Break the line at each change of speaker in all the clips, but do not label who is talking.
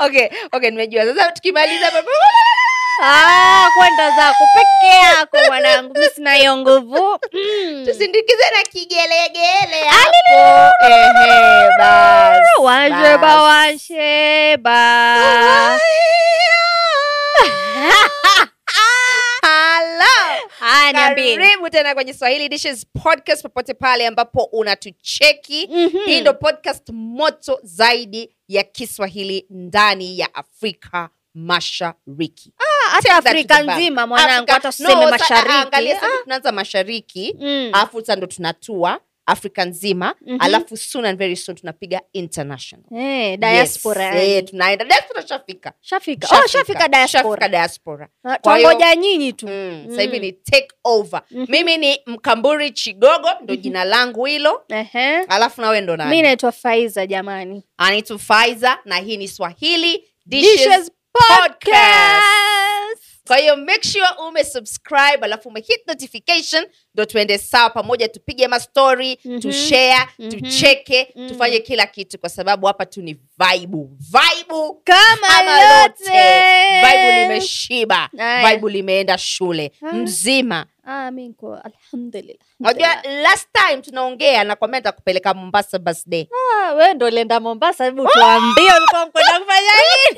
okay okay nimejua sasa tukimaliza hapa-
Ah, kwenda zako peke yako mwanangu, mi sina hiyo nguvu Mm.
tusindikize na kigelegele
Alilulu.
hapo. Ehe, bas,
Washeba,
bas.
washeba.
Hello.
Haya, Ah, niambie.
karibu tena kwenye swahili dishes podcast popote pale ambapo unatucheki
Mhm.
hii ndo podcast moto zaidi ya kiswahili ndani ya afrika mashariki
Ah,
Take
hata
that to
afrika
the bank.
nzima mwanangu
Afrika-
hata useme
No, sa- ah,
mashariki
angalia sasa tunaanza mashariki
Mm.
alafu sasa ndo tunatua afrika nzima
Mhm.
alafu soon and very soon tunapiga international
Eh, diaspora
yes.
yani.
eh, tunaenda diaspora shafika
shafika oh, shafika
Shafika
diaspora
diaspora
Ah,
Kwa hiyo-
tuangoja nyinyi tu
mm. sasa hivi
Mm.
ni take over
Mhm.
mimi ni mkamburi chigogo ndo jina langu hilo
Ehe.
alafu nawe ndo nani?
mi naitwa faiza jamani
anaitwa Faiza na hii ni swahili dishes,
Dishes
podcast
Podcast.
kwa hiyo make sure umesubscribe alafu umehit notification ndo tuende sawa pamoja tupige mastori
Mhm.
tushare
Mhm.
tucheke
Mhm.
tufanye kila kitu kwa sababu hapa tu ni vaibu vaibu
kama
kama
yote
lote vaibu limeshiba
Aya.
vaibu limeenda shule
Ah.
mzima
ah, mi niko alhamdulillah
unajua last time tunaongea nakwambia nitakupeleka mombasa birthday
Ah, we ndo ulienda mombasa hebu tuambie ulikuwa mkwenda kufanya nini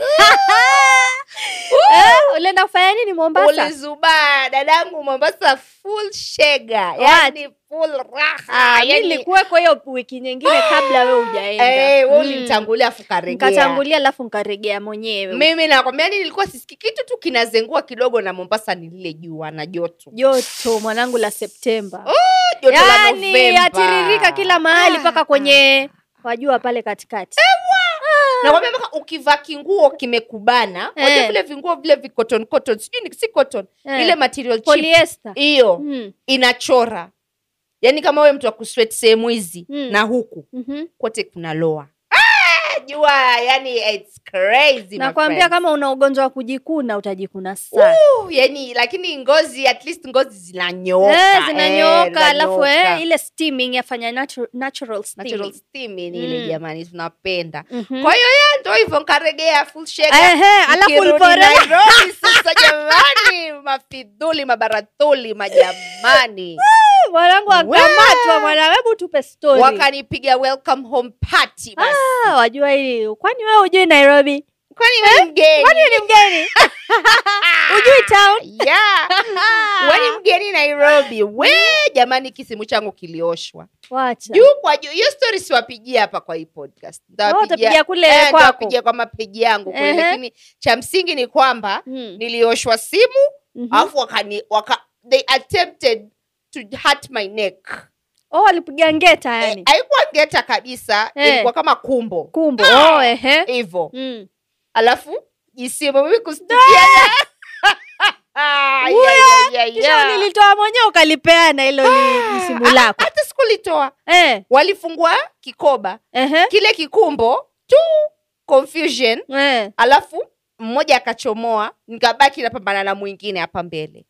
Eh, ulienda kufanya nini mombasa
ulizubaa dadangu mombasa full shega yani full raha
Ah,
yaani
mi
yani-
nilikuweko hiyo wiki nyingine kabla we
Eh, wewe
ujaenda Mm.
ulinitangulia afu ukaregea.
nikatangulia alafu nkaregea mwenyewe
mimi nakwambia yani nilikuwa sisiki kitu tu kinazengua kidogo na mombasa ni lile jua na joto
joto mwanangu la septemba
Ah, joto la
yani
Novemba.
yatiririka Yaani, kila mahali
Ah,
mpaka kwenye wajua pale katikati
nakwambia mpaka ukivaa kinguo kimekubana unajua
Eh.
vile vinguo vile vicotton cotton sijui ni- si cotton
Eh.
ile material cheap
polyester
hiyo
Mm,
inachora yaani kama wewe mtu wa kuswet sehemu hizi
Mm.
na huku
mhm.
kote kuna loa Ah, jua yani it's crazy my
nakwambia
friend.
kama una ugonjwa wa kujikuna utajikuna sana
Uh, yani lakini ngozi at least ngozi zinanyooka
Eh, zinanyooka
eh,
alafu eh,
zinanyooka.
ile steaming yafanya natu- natural steaming.
natural steaming ile
Mm.
jamani tunapenda
Mhm.
kwa hiyo ya ndo hivyo nkaregea full shake
Ehe, Eh, alafu ulipore
Nairobi sasa jamani mafidhuli mabaratuli majamani
mwanangu akamatwa mwana hebu tupe story
wakanipiga welcome home party basi
Ah, wajua hili kwani wewe hujui nairobi
kwani wewe mgeni
Eh, kwani wewe ni mgeni hujui town
yeah
Ah.
wewe ni mgeni nairobi we jamani kisimu changu kilioshwa
wacha
juu kwa juu hiyo story siwapigia hapa kwa hii podcast
Wewe
Nitawapigia-
utapiga kule
Eh,
kwako
nitawapigia kwa mapeji yangu kule
Ehe.
lakini cha msingi ni kwamba
Mm,
nilioshwa simu
mhm.
alafu wakani waka, they attempted to hurt my neck
Oh, walipiga ngeta
Eh,
yani
haikuwa ngeta kabisa
Yaani? Eh.
ilikuwa kama kumbo
kumbo
Ah.
oh, ehe
hivyo
Mm.
alafu jisimu mimi kustukia Ah,
Huyo,
yeah, yeah, yeah,
kisha
yeah.
ulilitoa mwenyewe ukalipeana hilo li- jisimu
Ah,
lako
hata sikulitoa
Eh,
walifungua kikoba
ehe,
kile kikumbo tu confusion
eh.
alafu mmoja akachomoa nikabaki napambana na mwingine hapa mbele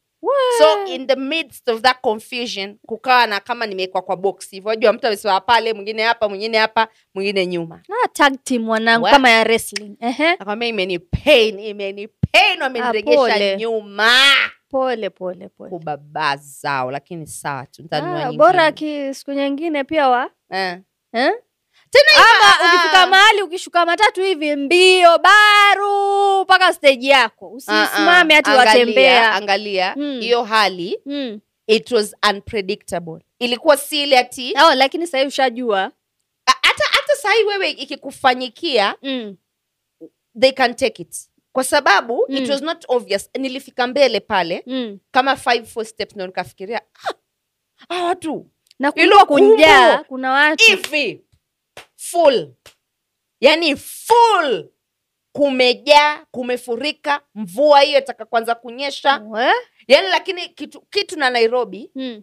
so in the midst of that confusion kukawa na kama nimewekwa kwa box hivyo wajua mtu amesimama pale mwingine hapa mwingine hapa mwingine nyuma
Ah, tag team mwanangu
Wa-
kama ya wrestling ehe
akwambia imeni pain imeni pain wameniregesha
pole.
nyuma
pole pole pole
kubaba zao lakini sawa tu nitanunua
ah,
nyingine.
bora ki siku nyingine pia wa
eh.
eh?
Tena
ama
ah,
ukifika
ah.
mahali ukishuka matatu hivi mbio baru mpaka steji yako
Ah, ah.
usisimame hati
Angalia,
watembea
angalia
Mm.
hiyo hali
Mm.
it was unpredictable ilikuwa si ile ati
Oh, lakini sahii ushajua
A- hata hata sahii wewe ikikufanyikia
mm.
they can take it kwa sababu
Mm.
it was not obvious nilifika mbele pale
Mm.
kama five four steps ndo nikafikiria "Ah, hawa watu
na
Hilo
kuna kunjaa
kubwa.
kuna watu
hivi full yani full kumejaa kumefurika mvua hiyo itaka kwanza kunyesha
Eh?
yani lakini kitu, kitu na nairobi
Mm.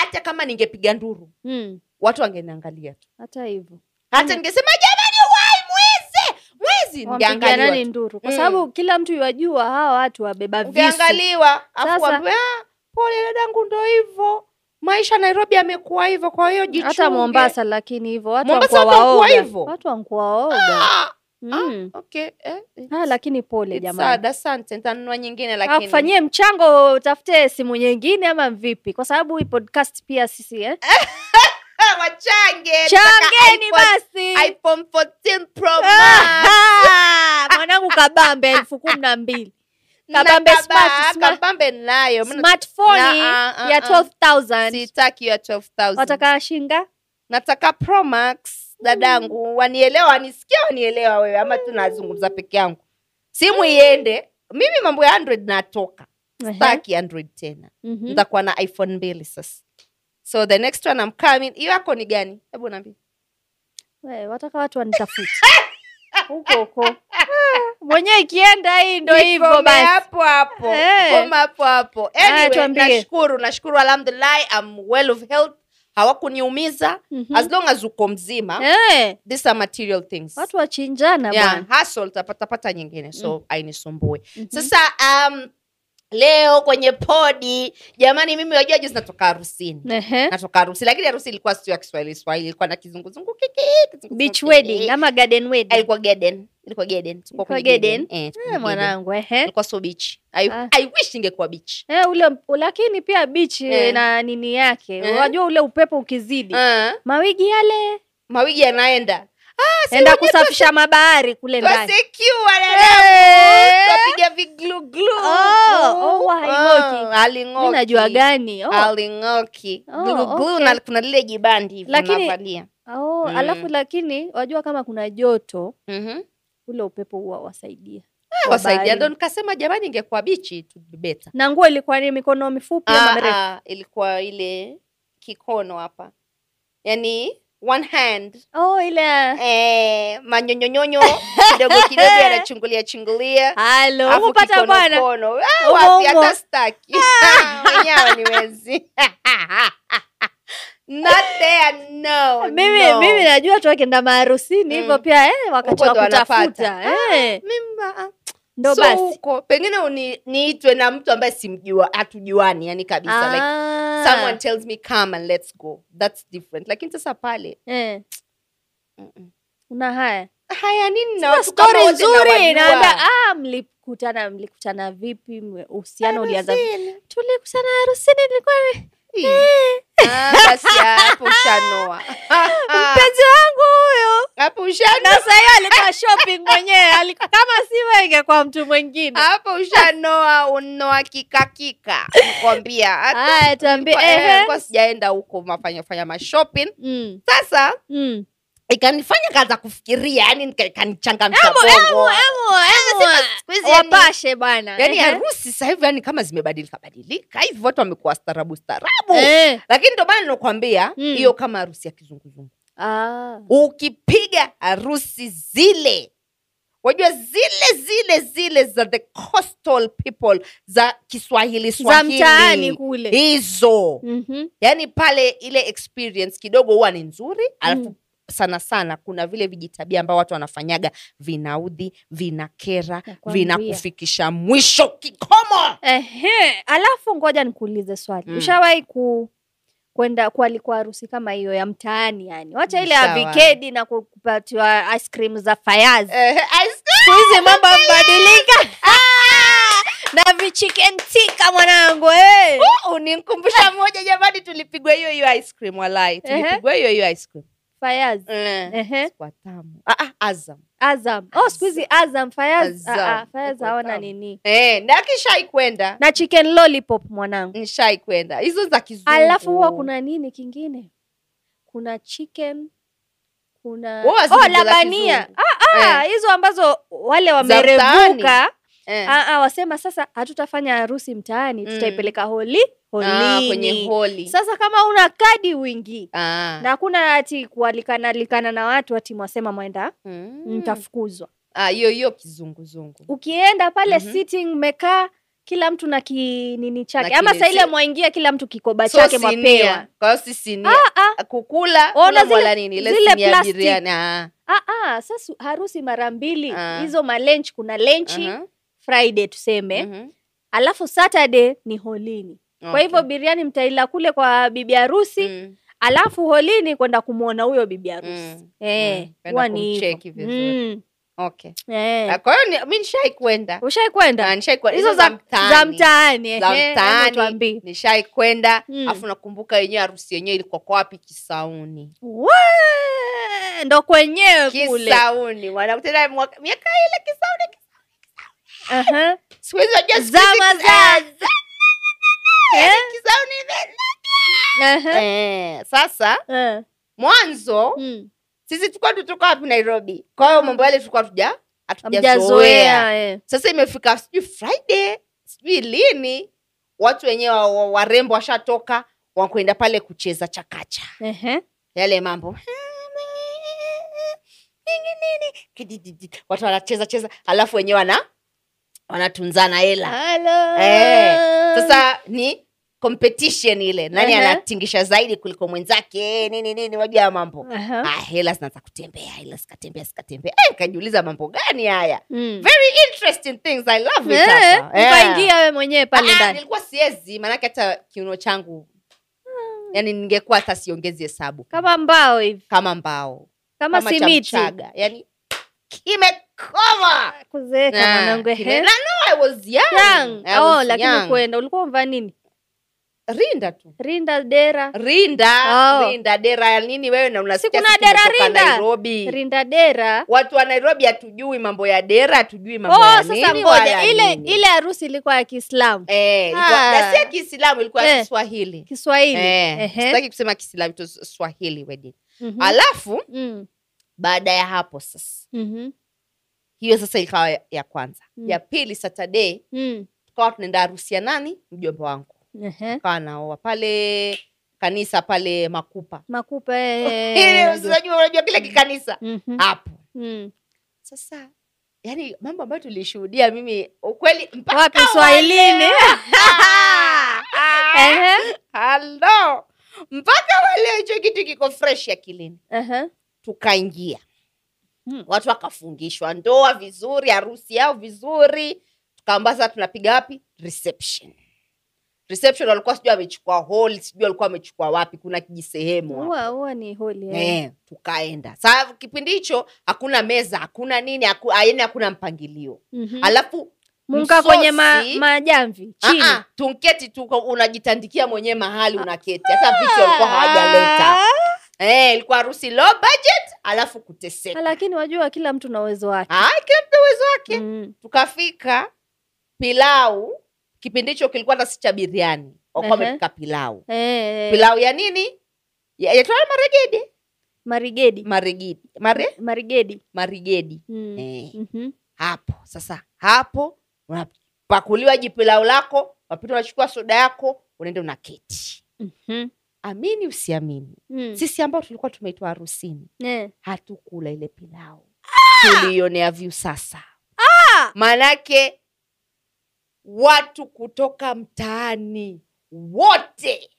hata kama ningepiga nduru
Mm.
watu wangeniangalia tu
hata hivyo Mm.
hata ningesema jamani wai mwizi mwizi
wampigia
ningeangaliwa
nani
tu.
nduru kwa
Mm.
sababu kila mtu yuwajua hawa watu wabeba visu
ukiangaliwa afu
Sasa-
waambiwe, "Ah, pole dadangu ndo hivyo maisha nairobi yamekuwa hivyo kwa hiyo
hata
jichunge."
mombasa lakini hivyo watu
Mombasa
wankuwa
watu wankuwa
waoga
hivyo.
watu wankuwa waoga
Ah,
Mm.
okay eh, it's-
Ah, lakini pole
it's
jamani. Ah,
sad, asante nitanunua nyingine lakini
Akufanyie mchango utafute simu nyingine ama vipi? Kwa sababu hii podcast pia sisi eh?
Ah, wachange
Changeni
Nataka iPhone-
basi.
iphone 14 pro
Ah,
max
ah, Mwanangu kabambe elfu kumi na mbili.
Na
kabambe
kaba-
smart- smart-
kabambe nayo Mimi
Smartphone
Na, ah, ah,
ya
ah.
12000
sitaki ya 12000
wataka shinga?
nataka pro max
Mm.
dadangu wanielewa wanisikia wanielewa wewe ama tu nazungumza peke yangu simu iende mimi mambo ya 100 natoka staki 100 tena
Mhm.
nitakuwa na iphone mbili sasa so the next one I'm coming hiyo yako ni gani hebu naambia
We, wataka watu wanitafute huko huko mwenyewe ikienda hii ndo hivyo
Nikome
basi
hapo hapo
Eh.
Koma hapo hapo
Haya,
anyway,
tuambie.
nashukuru nashukuru alhamdulillah I'm well of health hawakuniumiza
Mhm.
as long as uko mzima
Eh,
these are material things
watu wachinjana
yeah,
bwana
hustle tapatapata nyingine so
Hmm.
ainisumbue
Mhm.
sasa um, leo kwenye podi jamani mimi wajua juzi natoka harusini
Mhm. Ehe.
natoka harusi lakini harusi ilikuwa sio ya kiswahili swahili ilikuwa na kizunguzungu kiki, kizunguzungu
beach
kiki.
wedding ama garden
Eh,
wedding
ilikuwa garden ilikuwa garden Tulikuwa
Hmm. Ilikuwa
kwenye
garden?
garden. Eh, tulikuwa
Eh,
kwenye garden.
mwanangu ehe
ilikuwa so beach I,
Ah.
I wish ingekuwa beach
Eh, ule lakini pia beach
Eh.
na nini yake
Eh.
wajua ule upepo ukizidi
Ah,
mawigi yale
mawigi yanaenda
enda kusafisha mabahari kule ndani
Tuwasecure
Eh.
dada tupiga vigluglu
Oh, oh, wa, haing'oki.
Ah, haling'oki.
mi najua gani
Ah.
oh.
aling'oki
Oh,
gluglu
okay.
na kuna lile jibandi hivi
Lakini-
unavalia
Oh,
Mm.
alafu lakini wajua kama kuna joto
Mhm.
ule upepo huwa wasaidia
Ah, wasaidia
Wabaharini.
ndo nikasema jamani ingekuwa bichi tubeta
na nguo ilikuwa ni mikono mifupi
Ah,
ama mirefu
ilikuwa ile kikono hapa yani one hand
oh ile
eh, manyonyonyonyo kidogo kidogo yanachungulia chungulia
halo
Alafu
hupata
kikono
bwana
kono. Ah,
Umo, Ah.
wapi
umo.
hata staki wenyewe ni wezi not there no
mimi
no.
mimi najua tu akienda maharusini hivyo
Mm.
pia eh, wakati
Huko
wa
ndo
kutafuta eh,
Mimi, ah,
ndo
so
basi
huko pengine uni- niitwe na mtu ambaye simjua hatujuani yani kabisa like,
Ah.
someone tells me come and let's go that's different lakini sasa pale
eh,
mm-mm.
una haya
haya nini na
Sasa
watu kama
story
wote
nzuri
nawajua?
naambia ah mlikutana mlikutana vipi mwe- uhusiano ulianza vipi?"
Harusini.
tulikutana harusini nilikuwa eh,
Ah, basi hapo ushanoa Ah.
mpenzi wangu huyo
hapo ushanoa
na sahiyo alikuwa shopping mwenyewe Aliku- kama siwe ingekuwa mtu mwingine
hapo ushanoa unoa kikakika nakwambia Hata
haya tuambie
Ah, kwa- eh,
Ah, ehe.
kwa sijaenda huko mafanya fanya mashopping
Mm,
sasa
mm.
ikanifanya kaza kufikiria yani nika- ikanichangamsha
Amo, Amo,
bongo
amo.
siku hizi Ah, yani-
wapashe bwana
yani
Ehe.
harusi sasa hivi yani kama zimebadilika badilika hivi watu wamekuwa starabu starabu
Eh.
lakini ndo maana ninakwambia
Mm.
hiyo kama harusi ya kizunguzungu
Ah.
ukipiga harusi zile wajua zile zile zile za the coastal people za kiswahili
za
Swahili, Eh.
mtaani kule
hizo
Mhm.
yani pale ile experience kidogo huwa ni nzuri alafu
Mm.
sana sana kuna vile vijitabia ambao watu wanafanyaga vinaudhi vinakera
Nakwambia.
vinakufikisha mwisho kikomo
Ehe. alafu ngoja nikuulize swali
Mm.
ushawahi ku kwenda kualikwa harusi kama hiyo ya mtaani yani wacha ile ya
Nishawahi.
vikedi na ku- kupatiwa ice cream za fayazi
Eh, as-
siku hizi mambo yamebadilika Ah! na vichicken tikka mwanangu eh.
Oh, unimkumbusha moja jamani tulipigwa hiyo hiyo ice cream walai tulipigwa hiyo hiyo ice cream
fayazi
Eh,
Ehe.
kwa tamu ah, ah, azam
Azam. Oh, siku hizi Azam Fayaz.
Azam.
Ah, ah, Fayaz
Iko
hawana
tamu.
nini.
eh, nakishai kwenda
Na chicken lollipop mwanangu.
nishai kwenda hizo za kizungu
Alafu huwa kuna nini kingine? Kuna chicken kuna
Huwa
oh,
zile za
labania
kizungu. Eh.
ah, ah, hizo ambazo wale
mtaani.
wamerevuka
eh.
ah, ah, wasema sasa hatutafanya harusi mtaani
Mm.
tutaipeleka holi
ah,
holini
kwenye holi
sasa kama una kadi wingi
ah.
na hakuna ati kualikana alikana na watu ati mwasema mwenda
Mm.
mtafukuzwa
Ah, hiyo hiyo kizunguzungu
ukienda pale
Mhm.
sitting mmekaa kila mtu na kinini chake
Na
ama
kile-
saile mwaingia kila mtu kikoba
So
chake
sinia.
mwapewa
Kwa hiyo si sinia
ah,
kukula
Ona
kula
zile-
mwala nini ile
zile
sinia ya
plastic.
biriani ah.
ah, ah, sasa harusi mara mbili
Ah.
hizo malench kuna lenchi
aha,
friday tuseme
mhm.
alafu saturday ni holini kwa
Okay.
hivyo biriani mtaila kule kwa bibi harusi
Mm,
alafu holini kwenda kumwona huyo bibi harusi
mm,
eh,
mm. Kwenda
huwa ni hivyo.
kumcheki vizuri.
Mm.
okay Ah,
Eh.
kwa hiyo ni- mi nishai kwenda
Ushai kwenda
Na nishai kwenda.
hizo
Hizo
za za
mtaani.
mtaani? eh,
za
eh,
mtaani.
hebu tuambie.
nishai kwenda
Mm.
afu nakumbuka yenyewe harusi yenyewe ilikuwa kwa wapi kisauni
Wee, ndo kwenyewe kule.
kisauni wanakutana mwaka- miaka ile kisauni
Aha.
siku hizi wajua siku hizi
Zama za
eh,
eh?
kisauni ime-
Aha.
Eh, sasa
Eh.
mwanzo
Mm.
sisi tulikuwa tutoka wapi nairobi kwa hiyo mambo yale tulikuwa tuja hatujazoea
Hamjazoea, eh.
sasa imefika sijui friday sijui lini watu wenyewe wa- wa- warembo washatoka wakwenda pale kucheza chakacha
Ehe.
yale mambo watu wanacheza cheza alafu wenyewe wana wanatunzana hela
Hello.
Eh, sasa ni competition ile nani
Ehe.
anatingisha zaidi kuliko mwenzake "Eh, nini nini wajua ya mambo
Aha.
ah, hela zinaanza kutembea hela zikatembea zikatembea Eh, nikajiuliza mambo gani haya
Mm.
interesting things i love it
Eh,
hapa. Eh.
ukaingia wewe mwenyewe pale
Ah,
ndani
nilikuwa siezi maanake hata kiuno changu yani ningekuwa hata siongezi hesabu
kama mbao hivi
kama mbao
kama,
cha
simiti
mchaga. yani kimekoma
kuzeeka
Ah,
mwanangu
kime-
ehe.
na no, I was young.
Young.
I
Oh,
was
lakini
young.
kwenda ulikuwa mvaa nini
rinda tu
rinda dera
rinda
Oh.
rinda dera ya nini wewe na unasikia
kuna
sisi
dera
tumetoka
rinda?
nairobi
rinda dera
watu wa nairobi hatujui mambo ya dera hatujui mambo
oh
ya
sasa
nini
ngoja
wala
ile
nini.
ile harusi ilikuwa ya kiislamu
eh, ilikuwa-
Ah.
na si ya kiislamu ilikuwa ya
Eh.
kiswahili
kiswahili
Eh,
Ehe.
sitaki kusema kiislamu tu swahili wedding
Mhm.
alafu
Mm.
baada ya hapo sasa
Mhm.
hiyo sasa ikawa ya, ya kwanza
Mm.
ya pili saturday
Mm.
tukawa tunaenda harusi ya nani mjomba wangu
Ehe.
tukawa naoa pale kanisa pale makupa
makupa
Ile
eh, najua.
unajua unajua kile kikanisa
Mhm.
hapo
Mm.
sasa yani mambo ambayo tulishuhudia mimi ukweli mpaka
wapi swahilini Ehe.
halo mpaka waleo hicho kitu kiko fresh akilini
Aha.
tukaingia
Hmm.
watu wakafungishwa ndoa vizuri harusi yao vizuri tukaamba sasa tunapiga wapi reception reception walikuwa sijui amechukua hall sijui walikuwa amechukua wapi kuna kijisehemu hapo.
huwa huwa ni holi eh.
Eh, tukaenda saa kipindi hicho hakuna meza hakuna nini haku, yaani hakuna mpangilio
Mhm.
alafu
munga kwenye ma,
msosi-
majamvi chini
Ah, ah, tunketi tu unajitandikia mwenyewe mahali unaketi hata vitu walikuwa hawajaleta Eh, ilikuwa harusi low budget alafu
Ah,
kuteseka
lakini wajua kila mtu na uwezo wake
Ah, kila mtu uwezo wake
mm.
tukafika pilau kipindi hicho kilikuwa hata si cha biriani wakuwa
Ehe.
wamepika pilau
eh,
pilau ya nini Ya- yaitwa maregede
marigedi
marigidi mare
marigedi
marigedi
mm.
eh.
Mhm.
hapo sasa hapo unapakuliwa jipilau lako wapita unachukua soda yako unaenda unaketi
Mhm.
amini usiamini
Mm.
sisi ambao tulikuwa tumeitwa harusini
Eh.
hatukula ile pilau tulionea vyu sasa manake watu kutoka mtaani wote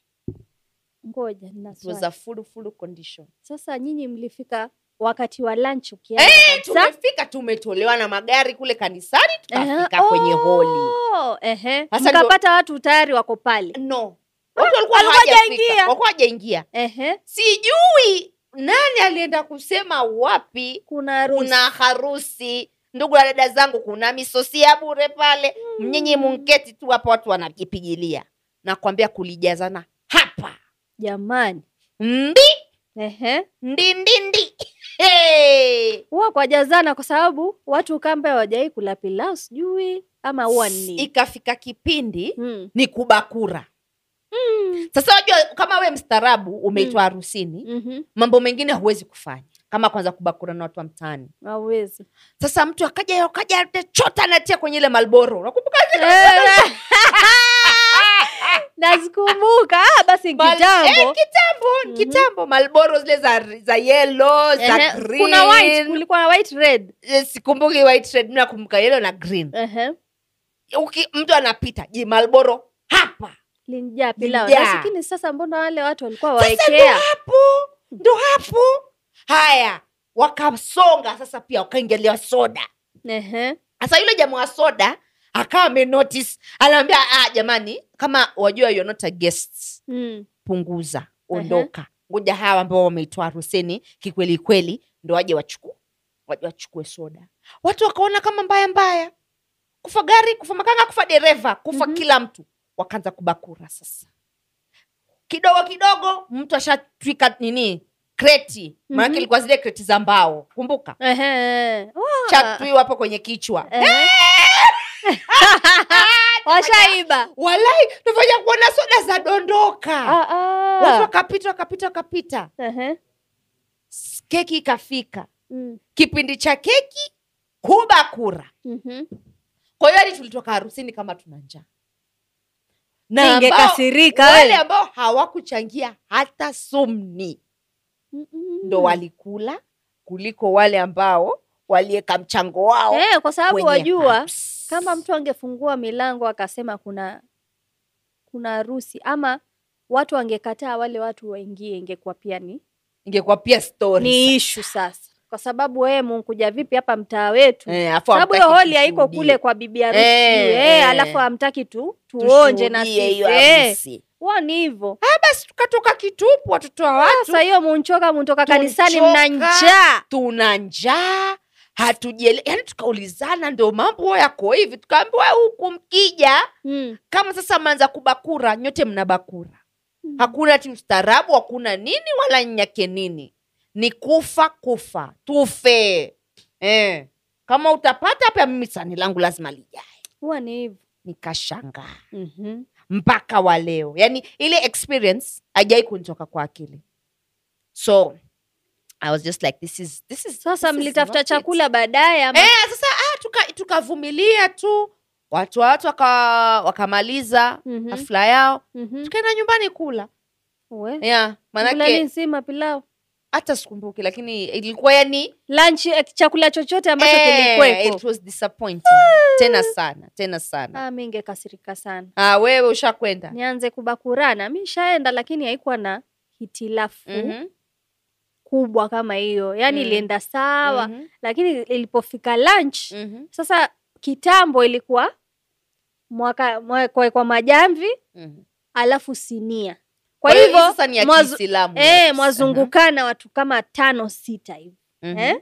ngoja nina
it was
swali.
a full, full condition
sasa nyinyi mlifika wakati wa lunch ukianza
hey,
kabisa?
tumefika tumetolewa na magari kule kanisani
Ehe.
tukafika kwenye holi
Oh, ehe.
Sasa ndio-
mkapata watu tayari wako pale
no watu walikuwa
walikuwa
hawajafika,
hajaingia.
walikuwa hajaingia
ehe.
sijui nani alienda kusema wapi
kuna harusi.
kuna harusi ndugu na dada zangu kuna misosi ya bure pale
Mm.
nyinyi munketi tu hapa watu wanajipigilia nakwambia kulijazana hapa
jamani
mbi
ehe.
ndi ndi ndi hey.
huwa kwa jazana kwa sababu watu kambe hawajai kula pilau sijui ama huwa ni
ikafika kipindi
mm.
ni kubakura
Hmm.
sasa wajua kama we mstaarabu umeitwa
Mm.
harusini
Mhm.
mambo mengine huwezi kufanya kama kwanza kubakura na watu wa mtaani
hawezi
sasa mtu akaja akaja atachota anatia kwenye ile malboro unakumbuka
Eh, nazikumbuka Ah, basi
Mal- eh,
kitambo
kitambo
Mhm.
kitambo malboro zile za, za yellow za
Ehe,
green
kuna white kulikuwa na white red
Eh, sikumbuki white red mimi nakumbuka yellow na green
Ehe.
Uki, mtu anapita je malboro hapa
linijaa pilau
Lijaa.
lakini sasa mbona wale watu walikuwa
sasa ndo
waekea
hapo ndo hapo haya wakasonga sasa pia wakaingilia soda
Ehe.
sasa yule jamaa wa soda akawa amenotice anaambia ah, jamani kama wajua you're not a guest
Mm.
punguza
Ehe.
ondoka ngoja hawa ambao wameitwa harusini kikweli kweli ndo waje wachuku waje wachukue soda watu wakaona kama mbaya mbaya kufa gari kufa makanga kufa dereva kufa
Mhm.
kila mtu wakaanza kubakura sasa kidogo kidogo mtu ashatwika nini kreti maanake
Mhm.
ilikuwa zile kreti za mbao kumbuka
Ehe. Wa-
chatwiwa hapo kwenye kichwa
Ehe. Washaiba.
walai tufanya kuona soda za dondoka
Ah, ah.
watu wakapita wakapita wakapita
Ehe.
S- keki ikafika
Mm.
kipindi cha keki kubakura
Mhm.
kwa hiyo hadi tulitoka harusini kama tuna njaa na ambao,
Ningekasirika
wale
wewe.
ambao hawakuchangia hata sumni
Mm-mm.
ndo walikula kuliko wale ambao walieka mchango wao
Eh, kwa sababu
kwenye
wajua
apps.
kama mtu angefungua milango akasema kuna kuna harusi ama watu wangekataa wale watu waingie, ingekuwa pia ni
ingekuwa pia story
ni
sa-
ishu sasa, kwa sababu wewe munkuja vipi hapa mtaa wetu?
eh, afu
sababu hiyo
hamtaki
holi haiko
kushuhudia.
kule kwa bibi harusi
Eh,
eh,
eh.
alafu hamtaki tu tuonje na
Tushuhudie
sisi
hiyo
eh,
harusi. Ah,
huwa ni hivyo
basi tukatoka kitupu watoto wa watu
sasa. Hiyo munchoka muntoka kanisani,
Tunchoka.
mna njaa
tuna njaa hatujiele yani tukaulizana ndo mambo yako hivi tukaambiwa huku mkija
mm.
kama sasa mnaanza kubakura nyote mna bakura
Mm.
hakuna ti ustaarabu hakuna nini wala nyake nini ni kufa kufa tufe eh. kama utapata pia mimi sani langu lazima lijae
huwa ni hivyo
nikashangaa Mhm.
mm-hmm.
mpaka wa leo yani ile experience ajai kunitoka kwa akili so i was just like this is, this is,
Sasa
this is
mlitafuta
not it.
chakula baadaye ama
Eh, sasa ah, tuka- tukavumilia tu watu wa watu waka, wakamaliza
Mhm,
hafla yao
mhm.
tukaenda nyumbani kula
We,
yeah,
chakula ni
manake
nzima pilau
hata sikumbuki lakini ilikuwa yani
lunch eh, chakula chochote ambacho Hmm.
eh, it
kilikweko
was disappointing tena sana tena sana
ah, mi ngekasirika sana
ah, wewe ushakwenda
nianze kubakurana mi shaenda lakini haikuwa na hitilafu
Mhm,
kubwa kama hiyo yaani
Mm.
ilienda sawa
mhm,
lakini ilipofika lunch
mhm,
sasa kitambo ilikuwa mwaka mwa- kwa, kwa majamvi
mhm.
alafu sinia kwa
Kwa hiyo hii
hivyo
sasa ni ya
mwazu-
Kiislamu
eh,
kabisa.
mwazungukana watu kama tano sita hivi
Mhm,
eh?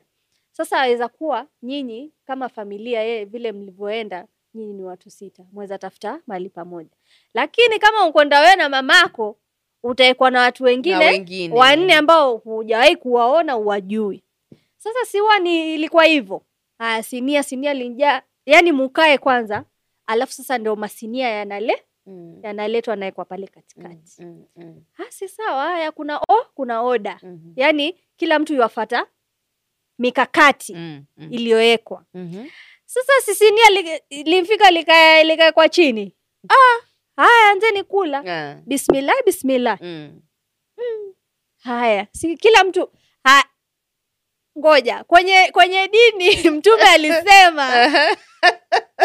sasa aweza kuwa nyinyi kama familia ye, vile mlivyoenda nyinyi ni watu sita mweza tafuta mahali pamoja lakini kama ukwenda wewe na mamako utaekwa na watu
na
wengine
wengine
wanne ambao hujawahi kuwaona uwajui. Sasa siwa ni ilikuwa hivyo. Haya, sinia sinia linja, yani mukae kwanza, alafu sasa ndio masinia yanale
Mm,
yanaletwa naye kwa pale
mm,
katikati.
mm, mm,
Ah, si sawa. Haya, kuna o, kuna oda,
mhm,
yani kila mtu yuwafata mikakati
mm, mm,
iliyowekwa.
mhm.
Sasa si sinia li- limfika likae likae kwa chini. Ah, haya anzeni kula.
Ah,
Bismillah, bismillah.
mm.
Haya, si kila mtu ha, ngoja kwenye kwenye dini mtume alisema
Mm.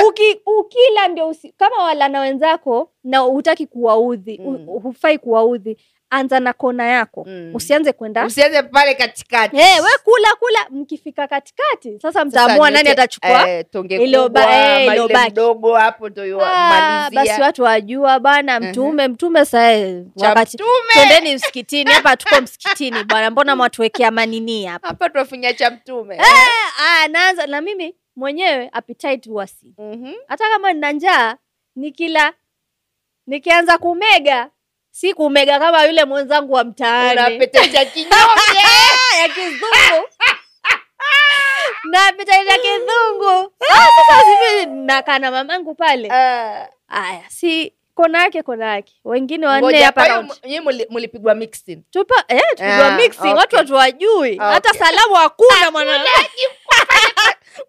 uki, ukila ndio usi, kama wala na wenzako na hutaki kuwaudhi mm.
Mm.
hufai kuwaudhi, anza na kona yako
Mm.
usianze kwenda
usianze pale katikati
Eh, we kula kula, mkifika katikati sasa mtaamua nani atachukua.
eh, tonge
ilo
kubwa,
ba- eh,
ama
ilo
ile
baki.
mdogo hapo ndo
Ah,
yuamalizia.
basi watu wajua bana,
Mhm.
mtume mtume sae
Cha
wakati
mtume.
twendeni msikitini hapa, tuko msikitini bwana, mbona mwatuwekea manini hapa?
hapa tunafinya cha mtume
Ah, naanza na mimi mwenyewe appetite huwa si.
Mhm.
Hata kama nina njaa nikila nikianza kumega si kumega kama yule mwenzangu wa mtaani
unapetecha kinyonge
Ah, ya kizungu na appetite ya kizungu. Ah, Sasa hivi nakaa na mamangu pale.
Ah,
Aya, si kona yake kona yake. Wengine wanne
ngoja,
hapa
kwa hiyo
round.
nyinyi muli- mulipigwa mixing.
Tupa eh tupigwa
Ah,
mixing watu
okay. Ah,
hatuwajui. Hata
Okay. eh,
salamu hakuna mwana.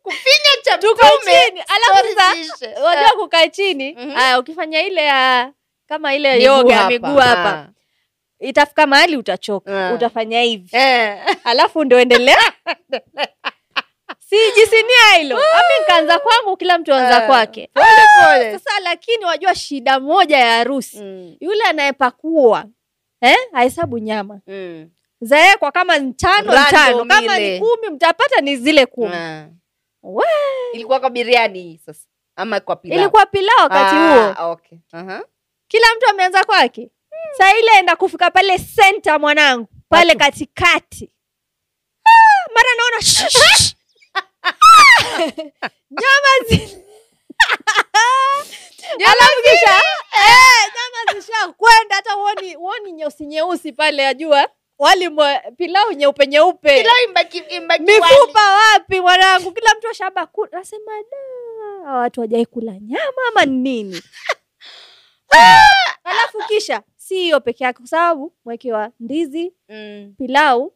kufinya cha
Tuko
mtume
chini. Alafu sasa
Sorry,
unajua kukaa chini
Mhm.
haya ukifanya ile ya kama ile
Miguu
yoga
hapa.
miguu hapa itafika mahali utachoka
Ah.
utafanya hivi
Ah. Eh.
alafu ndo endelea sijisinia hilo ami nkaanza kwangu kila mtu anza
Ah. Eh.
kwake
Pole, pole.
sasa lakini wajua shida moja ya harusi
Mm,
yule anayepakua eh, hahesabu nyama
mm.
zaekwa kama ni tano ni tano
Random
kama ni
ile.
kumi mtapata ni zile kumi
Ah.
We.
ilikuwa kwa biriani hii sasa ama kwa pilau?
ilikuwa pilau wakati huo
Ah, okay. Aha.
kila mtu ameanza kwake saa ile enda kufika pale senta mwanangu pale
Watu-
katikati Ah, mara naona shh, shh, shh. eh, chipsi pale ajua wali mwa, pilau nyeupe nyeupe
Pilau imebaki- imebaki wali.
mifupa wapi mwanangu kila mtu ashabakula nasema da hawa watu wajai kula nyama ama ni nini alafu kisha si hiyo peke yake kwa sababu mwekewa ndizi
Mm.
pilau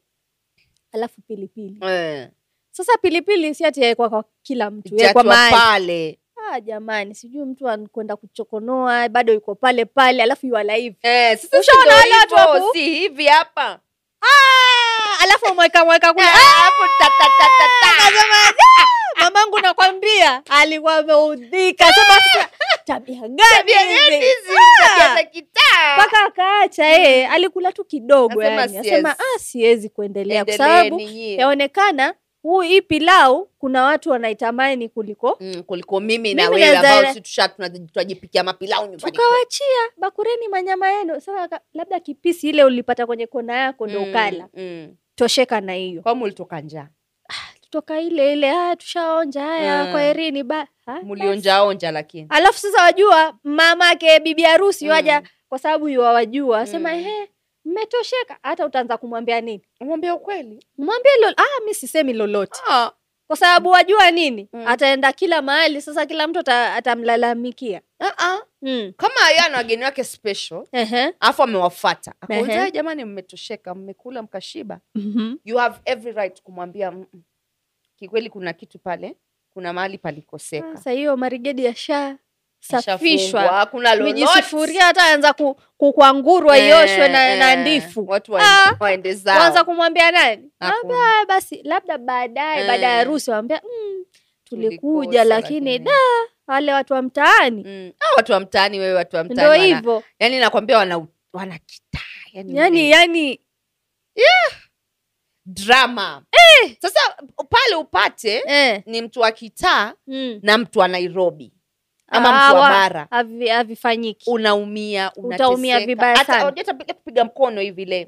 alafu pilipili
Eh.
sasa pilipili si ati yaekwa kwa kila mtu yaekwa
Jackwa
mahali
pale
ah, jamani sijui mtu anakwenda kuchokonoa bado yuko pale pale alafu yuala hivi
Eh, sisi
Ushaona
ndo
wale watu wa
hivyo,
ku-
si hivi hapa
ah, alafu mweka mweka kule
Ah, hapo ta- ta- ta- ta- ta.
Ah, mamangu nakwambia alikuwa ameudhika sema sasa, tabia gani
Tabia gani
hizi?
hizi?
Ah!
Tabia za kitaa.
mpaka akaacha yeye
Mm.
alikula tu kidogo
Anasema
yani asema
siwezi.
ah, siwezi kuendelea kwa
Endeleeni
sababu
nyie.
yaonekana huu hii pilau kuna watu wanaitamani kuliko
Mm, kuliko mimi
Mimi
na
na
wewe
Zara.
ambao si tusha- tunaji- tunajipikia mapilau nyumbani kwetu.
tukawachia bakureni manyama yenu sasa aka- labda kipisi ile ulipata kwenye kona yako ndo ukala
Mm, mm.
tosheka na hiyo
Kwa mulitoka njaa
tutoka ile ile ah, tushaonja haya
Mm.
kwa herini ba Ah,
mulionjaonja lakini
alafu sasa wajua mamake bibi harusi
Mm.
waja kwa sababu yuwa wajua sema
Mm.
he mmetosheka hata utaanza kumwambia nini
mwambia ukweli
mwambie lol ah, mi sisemi lolote
Ah.
kwa sababu wajua nini
Mm.
ataenda kila mahali sasa kila mtu ata, atamlalamikia mm.
Uh-uh. kama yeye ana wageni wake special
Ehe.
alafu amewafata
Ehe.
akauliza "Hey, jamani mmetosheka mmekula mkashiba
Mhm.
you have every right kumwambia "Mm-mm. kikweli kuna kitu pale kuna mahali palikoseka
sasa hiyo marigedi yasha
Ashafungwa,
Ah, safishwa
hakuna lolote
mijisufuria hata anza ku, kukwangurwa ioshwe na,
Eh,
na
eh,
ndifu
watu
Ah.
waende- waende
kwanza
zao
kumwambia nani
Hakuna.
Mwambia, basi labda baadaye
Ah. Eh.
baada ya harusi wambia mm, tulikuja
Tulikosa,
lakini da wale watu wa mtaani
Mm. Ah, watu wa mtaani wewe watu wa
ndo
mtaani wana- Mm.
hivyo
yani nakwambia wana wana kitaa yaani yani,
yani yani
drama sasa pale upate
eh,
ni mtu wa kitaa
mm.
na mtu wa nairobi ama
Ah,
mtu wa
wa-
bara
havi- havifanyiki
unaumia
Utaumia
unateseka.
vibaya
Hata-
sana.
hata piga- kupiga mkono hivi ile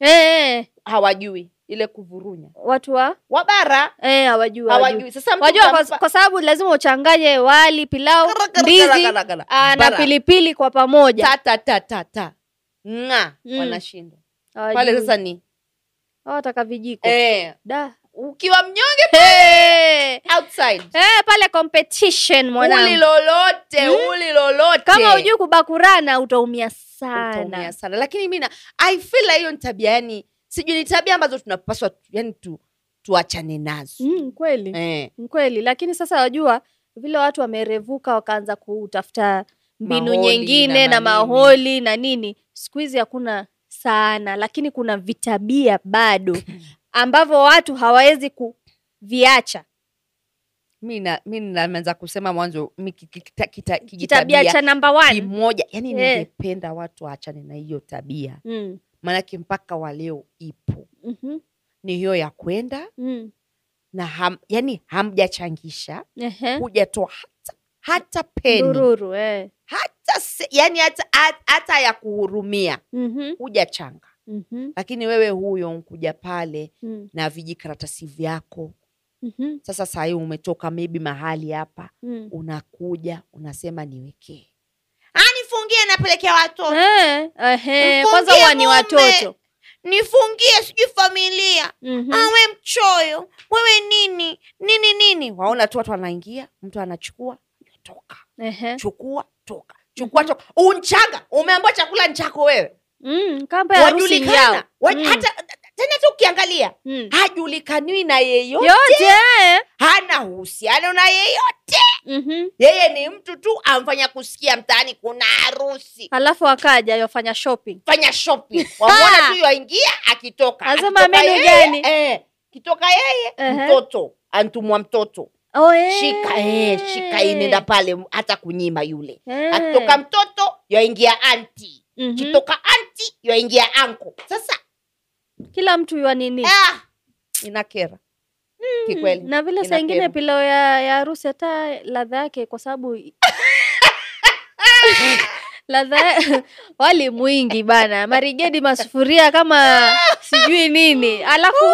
eh, eh,
hawajui ile kuvurunya
watu wa
wabara
eh, hawajui hawajui
hawajui sasa mtu
wajua kwa,
utampa-
kwa sababu lazima uchanganye wali pilau
Kara, kara, kara,
ndizi
kara, kara.
ah, na
Bara.
pilipili kwa pamoja
Ta, ta, ta, ta, ta. nga
Mm.
wanashindwa
Hawajui.
pale sasa ni
Hawa wataka vijiko
eh,
da
ukiwa mnyonge
Eh,
outside
eh, pale competition mwanangu
uli lolote
Mm.
uli lolote
kama hujui kubakurana utaumia sana
utaumia sana lakini mi na i feel like hiyo ni tabia yani sijui ni tabia ambazo tunapaswa tu- yani tu, tuachane nazo
Mm, kweli
eh,
Ni kweli lakini sasa wajua vile watu wamerevuka wakaanza kutafuta mbinu
Maholi
nyingine na,
na manini.
maholi na nini siku hizi hakuna sana lakini kuna vitabia bado ambavyo watu hawawezi kuviacha
mi na- mi naanza kusema mwanzo mi ki- ki- kita-
kitabia
kita- kijitabia
cha namba one
kimoja yani
Eh.
ningependa watu waachane na hiyo tabia
mm.
maanake mpaka wa leo ipo
mhm,
ni hiyo ya kwenda
mm.
na ham, yani hamjachangisha
Ehe.
hujatoa hata, hata peni
Ndururu, eh.
hata, se- yani hata, hata, hata ya kuhurumia
Mhm,
hujachanga
mhm,
lakini wewe huyo nkuja pale
mm,
na vijikaratasi vyako
mhm,
sasa sahii umetoka maybe mahali hapa
mm.
unakuja unasema niwekee "Ah, nifungie napelekea watoto
Eh, ehe, kwanza
Mfungie
huwa ni
mume.
watoto
nifungie sijui familia
Mhm.
awe mchoyo wewe nini nini nini waona tu watu wanaingia mtu anachukua toka
Ehe.
chukua toka chukua
Mm-hmm.
toka unchaga umeambua chakula nchako wewe
Mm, kamba ya harusi ni yao.
wajulikana Wa-
Mm.
hata tena tu ukiangalia
Mm.
hajulikaniwi na yeyote
yote
hana uhusiano na yeyote
Mhm.
yeye ni mtu tu amfanya kusikia mtaani kuna harusi
alafu akaja yafanya shopping
fanya shopping wamwona tu yaingia akitoka
Anasema
Akitoka
menu
yeye,
gani?
eh, kitoka yeye
Ehe.
mtoto antumwa mtoto
oh, eh.
shika eh, shika inenda pale hata kunyima yule
Eh.
akitoka mtoto yaingia anti
Mhm.
kitoka anti yaingia anko sasa
kila mtu ywa nini
ah, inakera kikweli
Mm. na vile saa
inakera.
ingine pilao ya ya harusi hata ladha yake kwa sababu ladha ya- wali mwingi bana marigedi masufuria kama sijui nini alafu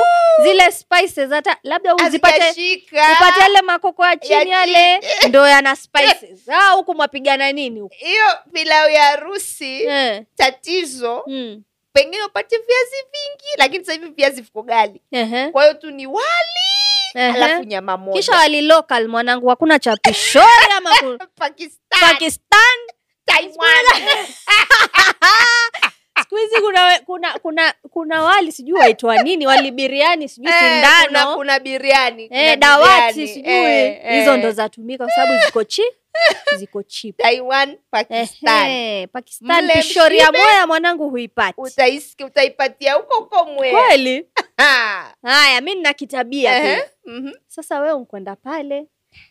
zile spices hata labda uzipate
Hazijashika.
upate yale makoko ya chini
chini.
yale
eh.
ndo yana spices ah huku mwapigana nini huku
hiyo pilau ya harusi
eh.
tatizo
mm.
pengine upate viazi vingi lakini sasa hivi viazi viko gali
Ehe.
kwa hiyo tu ni wali
Ehe.
alafu nyama moja
kisha wali local mwanangu hakuna chapishori ama ku-
Pakistan,
pakistan
Taiwan.
siku hizi kuna, kuna kuna kuna wali sijui waitwa nini wali biriani sijui
Eh, kuna,
sindano
kuna biriani kuna
eh, dawati
biriani,
sijui
eh,
hizo
eh.
ndo zatumika kwa sababu ziko chi ziko chip
taiwan pakistan
Ehe, pakistan
Mle
pishori ya
mshibe.
moya mwanangu huipati
Utaisiki- utaipatia huko huko mwe
kweli
Ha.
haya mi nina kitabia
Ehe,
pia.
mhm.
sasa wewe unkwenda pale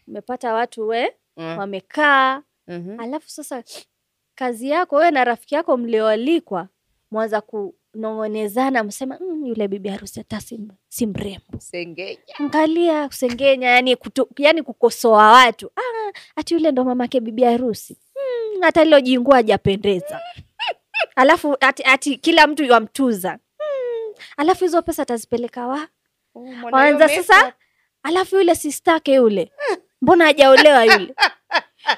umepata watu we
Mm,
wamekaa
mhm.
alafu sasa kazi yako wewe na rafiki yako mlioalikwa mwanza kunong'onezana msema mm, yule bibi harusi hata si, m- si mrembo
Sengenya.
angalia kusengenya yani, kutu, yani kukosoa watu ah, ati yule ndo mamake bibi harusi mm, hata lilo jingua hajapendeza alafu ati, ati kila mtu yamtuza mm, alafu hizo pesa atazipeleka wa
Oh, mbona
kwanza
hiyo
sasa alafu yule sistake yule mbona hajaolewa yule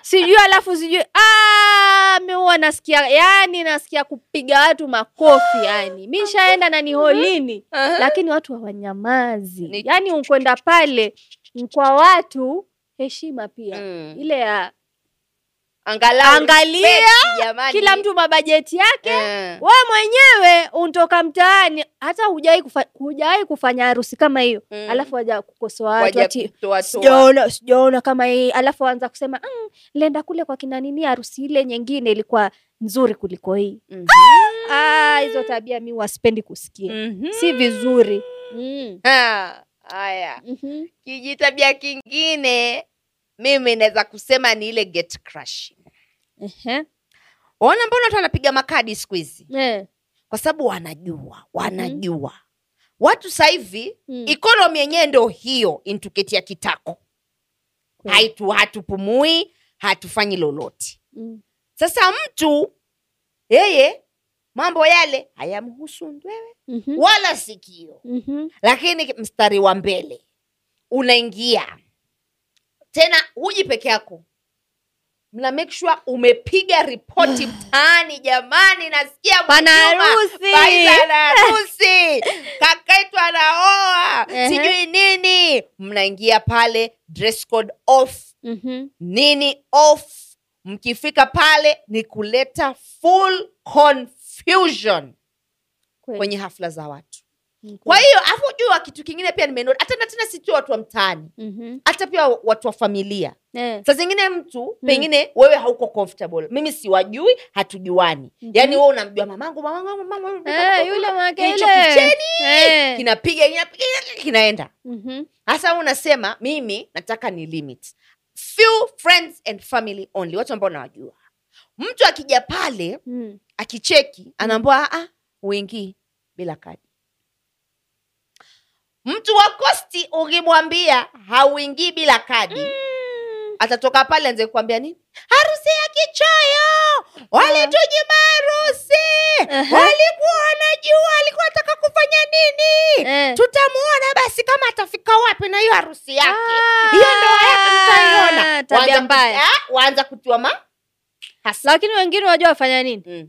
sijui alafu sijui "Ah, mi huwa nasikia yani nasikia kupiga watu makofi yani mi shaenda na ni holini
mesa? Aha.
lakini watu hawanyamazi
Ni-
yani ukwenda pale ni kwa watu heshima pia
Mm.
ile ya
Angalau
angalia
respect, jamani.
kila mtu mabajeti yake
Eh.
we mwenyewe untoka mtaani hata hujawai kufa, hujawai kufanya harusi kama hiyo
Mm.
alafu waja kukosoa watu
Waja
ati
kutoa- toa.
sijaona sijaona kama hii alafu anza kusema mm, lenda kule kwa kina nini harusi ile nyingine ilikuwa nzuri kuliko hii
Mhm.
ah, hizo tabia mi wasipendi kusikia
Mhm.
si vizuri mm.
Ha. Haya.
mm-hmm.
kijitabia kingine mimi naweza kusema ni ile get crush
uh-huh.
ona mbona watu wanapiga makadi siku hizi
eh.
kwa sababu wanajua wanajua watu sahivi
mm.
ikonomi yenyewe ndo hiyo intuketia kitako
Kweli.
haitu hatupumui hatufanyi lolote
mm.
sasa mtu yeye mambo yale hayamhusu ndwewe
mm-hmm.
wala sikio
mm-hmm.
lakini mstari wa mbele unaingia tena huji peke yako mna make sure umepiga ripoti mtaani jamani nasikia
pana
Mwajuma, Faiza
harusi
ana harusi kaketu anaoa
Ehe.
sijui nini mnaingia pale dress code off
Mhm.
nini off mkifika pale ni kuleta full confusion
Kweli.
kwenye hafla za watu
Mm,
kwa hiyo afu jua kitu kingine pia nimenota hata na tena si tu watu wa mtaani
Mhm.
hata pia watu wa familia
Eh.
saa zingine mtu pengine wewe hauko comfortable mimi siwajui hatujuani
Mhm.
yaani wewe unamjua mamangu mamangu mamangu
Eh, yule make
Kilicho
yule
kicheni,
Eh.
kinapiga kinapiga kinaenda
Mhm.
hasa unasema mimi nataka ni limit few friends and family only watu ambao nawajua mtu akija pale
Mm.
akicheki anaambua "Ah, ah, uingii bila kadi mtu wa kosti ukimwambia hauingii bila kadi atatoka pale anze kukwambia nini harusi ya kichoyo walitunyima harusi
Aha.
walikuwa wanajua alikuwa anataka kufanya nini
Eh.
tutamuona basi kama atafika wapi na hiyo harusi yake hiyo ndoa yake tutaiona
Ah. tabia
Waanza ku-
mbaya.
ah, waanza kutiwa ma hasa
lakini wengine wajua wafanya nini
mm.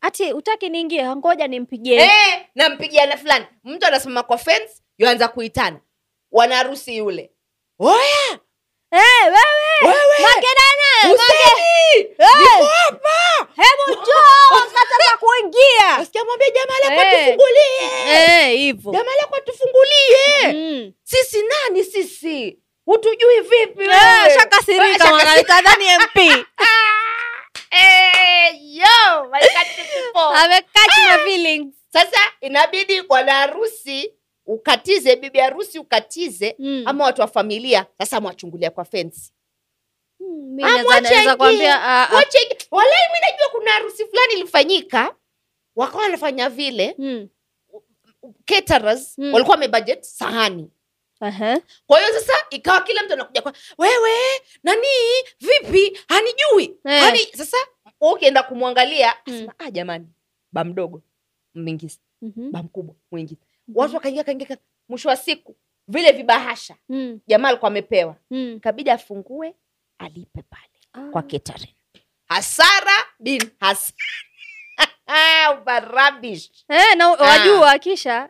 ati utaki niingie ngoja nimpigie
Eh, nampigiana fulani mtu anasimama kwa fence yuanza kuitana wanaharusi yule oya
Eh, Eh! wewe
Wewe!
makedane
Huseni! Niko hapa!
hebu njoo kataka kuingia
Nasikia mwambie jamaa lako
Eh.
atufungulie
Eh, hivyo
jamaa lako atufungulie
Mm.
sisi nani sisi hutujui vipi wewe?
Eh,
Eh,
shakasirika
shaka-
mwanangu, kadhani MP
Eh, yo, my country
Ah.
people.
amekati na feelings
sasa inabidi bwana harusi ukatize bibi harusi ukatize
Mm.
ama watu wa familia sasa mwachungulia kwa fensi
Mm, mi
Ah,
naweza-
mwache
naweza
aingie.
kuambia ah, ah.
Wacha ingi- walai mi najua kuna harusi fulani ilifanyika wakawa wanafanya vile
Mm.
caterers
Mm.
walikuwa wamebudget sahani
Aha.
kwa hiyo sasa ikawa kila mtu anakuja kwa wewe nani vipi hanijui
Eh.
Hani, sasa wewe ukienda kumwangalia
Mm.
asema ah jamani ba mdogo mwingize
Mhm.
ba mkubwa mwingize
Mm.
watu wakaingia kaingia ka- mwisho wa siku vile vibahasha
Mm,
jamaa alikuwa amepewa
mm.
ikabidi afungue alipe pale
Ah.
kwa catering hasara bin hasara Ah, but rubbish.
eh, na wajua kisha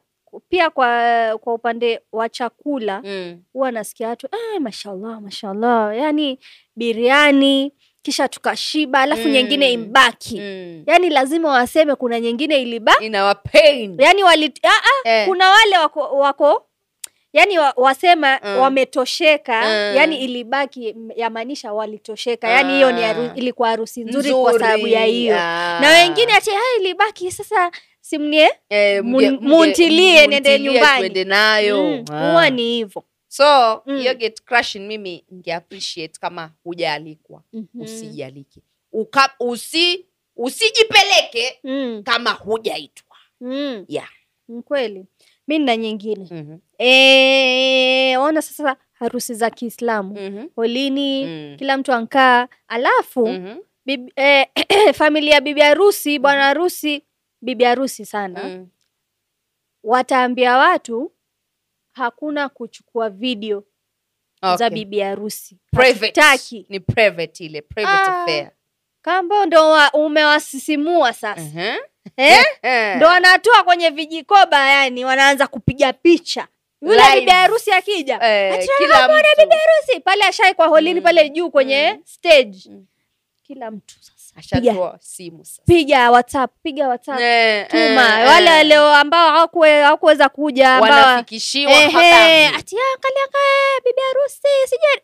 pia kwa kwa upande wa chakula
Mm.
huwa nasikia watu eh, mashallah mashallah yani biriani kisha tukashiba alafu
Mm.
nyingine imbaki
Mm.
yani lazima waseme kuna nyingine iliba
Inawa pain.
yani wali, ah, ah,
Eh.
kuna wale wako, wako yani wa- wasema
Mm.
wametosheka
Mm.
yani ilibaki m- yamaanisha walitosheka yani hiyo ni haru,
Ah.
ilikuwa harusi nzuri, kwa sababu ya hiyo
Ah.
na wengine ati "Ah, ilibaki sasa simnie
Eh, mge-
mun-
mge- mm,
muntilie, nende
muntilie,
nyumbani.
tuende nayo
Mm,
Ah.
huwa ni hivo
so
Mm.
hiyo get crushing mimi nge appreciate kama hujaalikwa
Mhm.
usijialike Uka, usi usijipeleke
Mm,
kama hujaitwa
mm.
Yeah.
Ni kweli mi nina nyingine
Mhm.
Eh, ona sasa harusi za kiislamu
Mhm.
holini
Mm.
kila mtu ankaa alafu
Mhm.
bibi, eh, familia ya bibi harusi bwana harusi bibi harusi sana
Mm.
wataambia watu hakuna kuchukua video za
Okay.
bibi harusi
Private.
Hatutaki.
ni private ile private
Ah.
affair
kambo ndo wa- umewasisimua sasa
Mhm.
eh?
Eh.
ndo wanatoa kwenye vijikoba yani wanaanza kupiga picha yule
Live.
bibi harusi akija
Eh,
Achana
kila mtu
harusi pale ashai kwa holini
Mm.
pale juu kwenye
Mm.
stage
Mm.
kila mtu sasa piga
ashatoa simu sasa
piga whatsapp piga whatsapp
Eh,
tuma
eh,
wale
eh.
wale ambao hawakue- hawakuweza kuja ambao
wanafikishiwa
Ehe,
mpaka
ati "Ah, angalia ka bibi harusi sije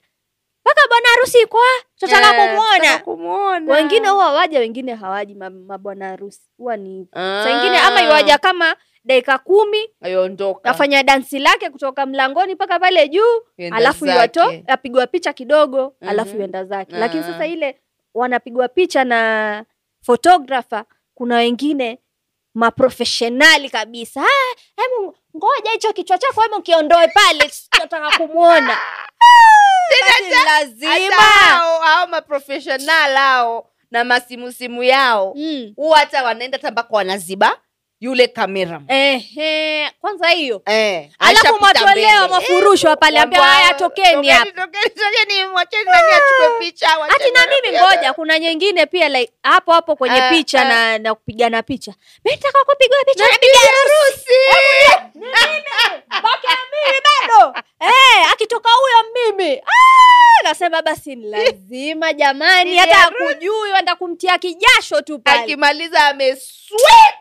mpaka bwana harusi iko tutaka
Eh,
kumwona
kumwona
wengine huwa waja wengine hawaji ma- mabwana harusi huwa ni hivyo.
Ah.
saa ingine ama iwaja kama dakika kumi
Yondoka.
nafanya dansi lake kutoka mlangoni mpaka pale juu
Yenda
alafu
zake.
iwato apigwa picha kidogo alafu
Mhm.
yuenda zake
Ah.
lakini sasa ile wanapigwa picha na photographer kuna wengine maprofessionali kabisa "Ah, hebu ngoja hicho kichwa chako hebu kiondoe pale nataka kumwona Basi
Hata
lazima
hao hao maprofessional hao na masimusimu yao
mm.
huwa hata wanaenda hata mpaka wanaziba yule kamera
Ehe, kwanza hiyo
eh,
alafu
alishapita
matolewa
mbele.
mafurushwa pale ambia
Kwamba,
haya tokeni hapa
tokeni, tokeni, mwacheni nani achukue picha,
hati
wacheni
na
nani
mimi
apige-
ngoja kuna nyingine pia like hapo hapo kwenye
Eh,
picha
eh.
na na kupigana picha mi nataka kupigwa picha na bibi harusi Hebu ni- ni mimi. Baki na mimi bado Eh, akitoka huyo mimi Ah, nasema basi ni lazima jamani
Bibi
hata
harusi.
akujui wenda kumtia kijasho tu pale
akimaliza amesweat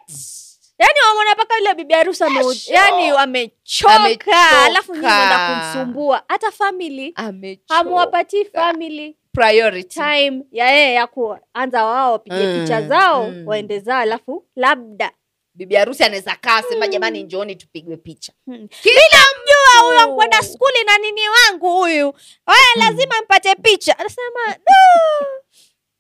yani wamwona mpaka yule bibi harusi ame-
Jasho.
yani wamechoka
Amechoka.
alafu nyinyi wenda kumsumbua hata family
amechoka
hamwapatii family
priority
time ya yeye ya kuanza wao wapige
Mm,
picha zao
mm.
waende zao alafu labda
bibi harusi anaweza kaa sema jamani
Mm.
njooni tupigwe picha
Hmm.
kila
"Ah, huyo
Oh.
kwenda skuli na nini wangu huyu
Mm.
waya lazima mpate picha anasema "No."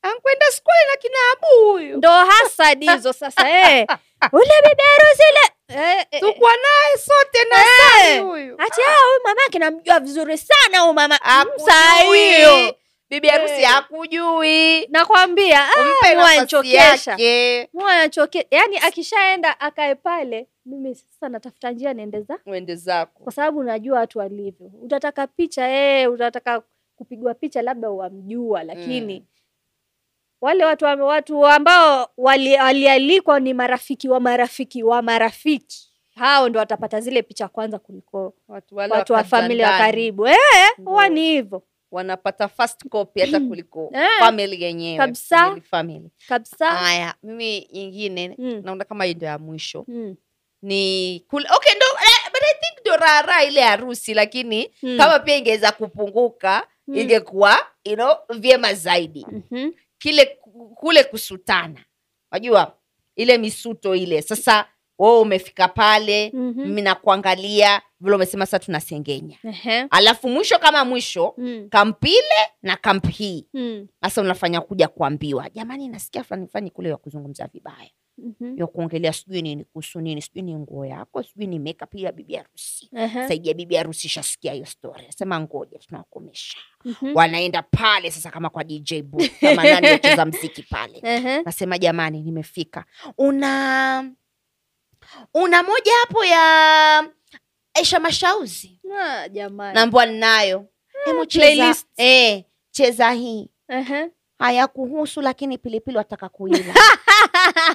ankwenda skuli na kina abu huyu
ndo hasadi hizo sasa eh. ule bibi harusi ile eh, eh, eh.
tukwa naye sote na
Eh.
sani huyu
ati "Ah, huyu mama yake namjua vizuri sana huyu mama Mm, saa hiyo
akujui bibi harusi
Eh.
hakujui
nakwambia ah,
umpe
huwa
nafasi
anchokesha.
yake
mwanachoke yani akishaenda akae pale mimi sasa natafuta njia niendeza
uende zako
kwa sababu najua watu walivyo utataka picha ee, utataka kupigwa picha labda wamjua lakini
Mm.
wale watu wame- watu ambao wali- walialikwa ni marafiki wa marafiki wa marafiki hao ndo watapata zile picha kwanza kuliko
watu, wale
watu wa
wakati za
familia wa
ndani
karibu Eh, huwa
Ndio.
ni hivyo
wanapata first copy hata kuliko
Eh.
family yenyewe
Kabisa.
family, family.
kabisa
haya mimi nyingine
Mm.
naona kama hii ndio ya mwisho
Mm,
ni kul- okay ndo eh, but i think ndo raha ile harusi lakini
mm,
kama pia ingeweza kupunguka
mm,
ingekuwa you know, vyema zaidi
mhm,
kile ku- kule kusutana najua ile misuto ile sasa wewe umefika pale
mhm,
mimi nakuangalia vile umesema sasa tunasengenya
ehe,
alafu mwisho kama mwisho
mm,
kampile na kamp hii
mm,
sasa unafanya kuja kuambiwa jamani nasikia fulani fulani kule ya kuzungumza vibaya
mhm,
ya kuongelea sijui nini kuhusu nini sijui ni nguo yako sijui ni makeup ya bibi harusi
ehe,
saidia bibi harusi shasikia hiyo story nasema ngoja tunawakomesha
mhm,
wanaenda pale sasa kama kwa dj booth, kama nani wacheza mziki pale
ehe,
nasema jamani nimefika una una moja hapo ya aisha mashauzi
Ah, jamani
naambua ninayo hemu cheza
playlist.
eh, cheza hii
Ehe.
hayakuhusu lakini pilipili wataka kuila